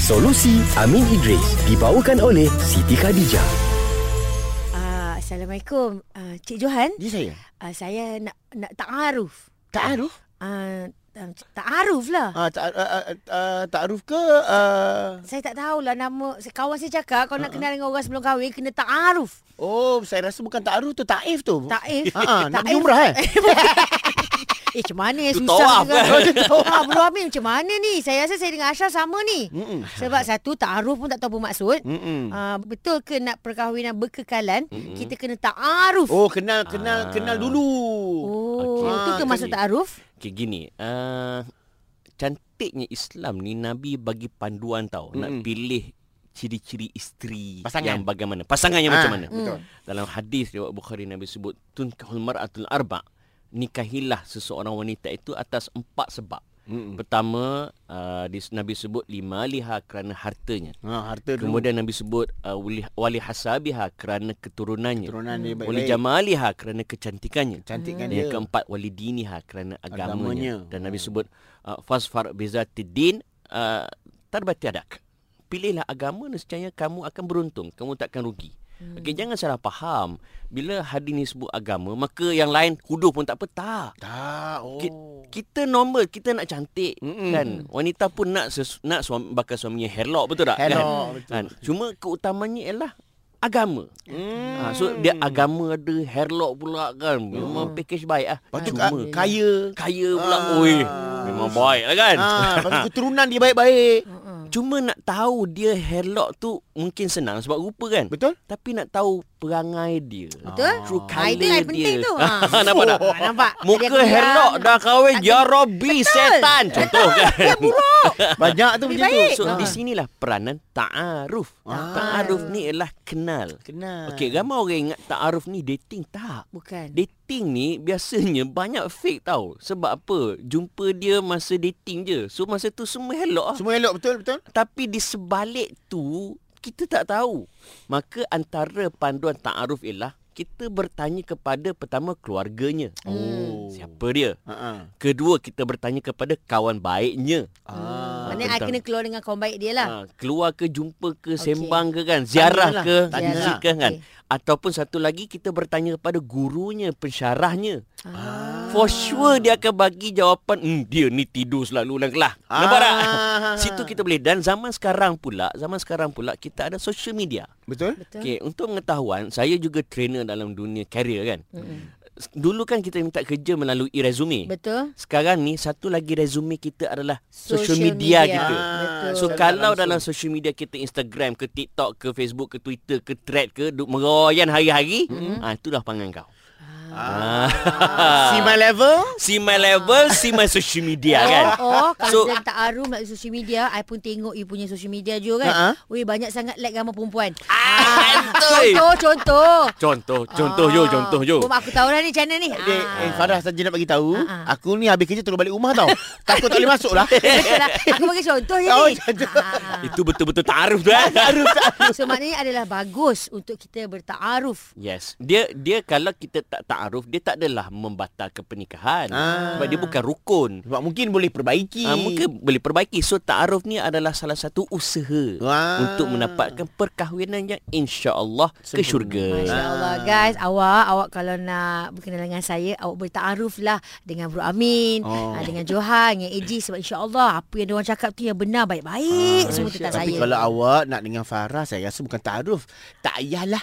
Solusi Amin Idris dibawakan oleh Siti Khadijah. Ah, Assalamualaikum. Ah, Cik Johan, Dia saya. ah, saya nak nak ta'aruf. Ta'aruf? Ah, ah, ta'aruf lah. Ah ta, uh, uh, uh, ta'aruf ke uh, Saya tak tahulah nama kawan saya cakap Ah, kalau nak kenal dengan orang sebelum kahwin kena ta'aruf. Oh, saya rasa bukan ta'aruf tu, ta'if tu. Ta'if. Ha ah, nak pergi Ta'if. umrah eh. Eh, macam mana eh, Tu susah tawaf kan? juga. Ah, Bro Amin macam mana ni? Saya rasa saya dengan Ashraf sama ni. Mm-mm. Sebab satu ta'aruf pun tak tahu apa maksud. Mm-mm. Ah, betul ke nak perkahwinan berkekalan, kita kena ta'aruf. Oh, kenal kenal Ah. kenal dulu. Oh, Okey. itu ke Ah, maksud okey. ta'aruf? Okay, gini. Uh, cantiknya Islam ni Nabi bagi panduan tau. Mm. Nak Mm-mm. pilih ciri-ciri isteri Pasangan. yang bagaimana. Pasangan yang Ah, macam mana. Hmm. betul. Dalam hadis riwayat Bukhari Nabi sebut tunkahul mar'atul arba. Nikahilah seseorang wanita itu atas empat sebab. Mm-mm. Pertama, uh, dis- Nabi sebut lima liha kerana hartanya. Ha, harta dulu. Kemudian Nabi sebut uh, wali, wali hasabiha kerana keturunannya. turunan dia baik. Wali jamaliha kerana kecantikannya. Cantikkan Dan dia. Yang keempat wali diniha kerana agamanya. Ya. Agamanya. Dan Nabi Hmm. sebut uh, fasfar bizati din uh, tarbati adak. Pilihlah agama nescaya kamu akan beruntung, kamu tak akan rugi. Hmm. Okey, jangan salah faham. Bila hadis ni sebut agama, maka yang lain huduh pun tak apa. Tak. Tak. Oh. Ki- Kita normal, kita nak cantik Mm-mm. Mm-mm. kan. Wanita pun nak sesu- nak suami, bakal suaminya hello betul tak? Hello, kan? betul. Kan? Cuma keutamanya ialah agama. Mm. Ha, so dia agama ada hairlock pula kan. Memang package baik ah. Lepas tu Cuma ka- kaya. kaya pula. Ah. Oi, memang baik lah kan. Ah, lepas tu keturunan dia baik-baik. Cuma nak tahu dia hairlock tu mungkin senang sebab rupa kan. Betul? Tapi nak tahu perangai dia. Betul? True Ah, colour itu yang dia. penting tu. Ha, nampak tak? Ah, nampak. Dia Muka kurang. hairlock dah kahwin Tak- Jarobi setan contoh kan. Banyak tu Dia macam tu. baik. So Ah. di sinilah peranan ta'aruf. Ah. Ta'aruf ni ialah kenal. Kenal. Okey, ramai orang ingat ta'aruf ni dating tak. Bukan. Dating ni biasanya banyak fake tau. Sebab apa? Jumpa dia masa dating je. So masa tu semua elok lah. Semua elok betul betul? Tapi di sebalik tu kita tak tahu. Maka antara panduan ta'aruf ialah kita bertanya kepada pertama keluarganya. Hmm. Hmm, Oh. Siapa dia? Ha ah. Kedua kita bertanya kepada kawan baiknya. Ah. Maknanya I tentang- kena keluar dengan kawan baik dia lah. Ha, keluar ke jumpa Okey. ke sembang ke kan ziarah Tanyalah, ke tanyalah. visit ke kan Okey. ataupun satu lagi kita bertanya kepada gurunya pensyarahnya Ah. For sure dia akan bagi jawapan hmm, Dia ni tidur selalu dalam kelas ah. Nampak tak? Ah. Situ kita boleh Dan zaman sekarang pula Zaman sekarang pula Kita ada social media Betul? Betul. okay, Untuk pengetahuan Saya juga trainer dalam dunia career kan Mm-mm. Dulu kan kita minta kerja melalui resume Betul. Sekarang ni Satu lagi resume kita adalah Social, Social media. media, kita Ah. Betul. So Secara kalau langsung. dalam social media kita Instagram ke TikTok ke Facebook ke Twitter ke thread ke duk Meroyan hari-hari mm-hmm. ha, Itulah pangan kau Ah. See my level? See my level See my social media kan Oh, oh kalau So- so, tak arum nak social media, I pun tengok you punya social media juga Ha, kan. ha. Weh, banyak sangat like gambar perempuan. Ah, Contoh, contoh. Contoh, contoh yo, contoh yo. Oh, aku tahu dah ni channel ni. Okay, Ah. eh, Farah saja nak bagi tahu, Ah, ah. aku ni habis kerja terus balik rumah tau. Takut tak boleh masuk lah. Betul lah. Aku bagi contoh je Oh, ni. contoh. Ah. Itu betul-betul taaruf tu eh. Taaruf. So maknanya adalah bagus untuk kita bertaaruf. Yes. Dia dia kalau kita tak taaruf, dia tak adalah membatalkan pernikahan. Ah. Sebab dia bukan rukun. Sebab mungkin boleh perbaiki. Ah, mungkin boleh perbaiki. So taaruf ni adalah salah satu usaha Wah. untuk mendapatkan perkahwinan yang insya-Allah ke Sempurna. syurga. Masya Allah Ah. guys Awak Awak kalau nak Berkenalan dengan saya Awak bertaaruf lah Dengan Bro Amin Oh. oh. Dengan Johan Dengan AJ Sebab insyaAllah Apa yang diorang cakap tu Yang benar baik-baik Semua tentang Ah, Tapi saya kalau awak nak dengan Farah, saya rasa bukan ta'aruf. Tak payahlah.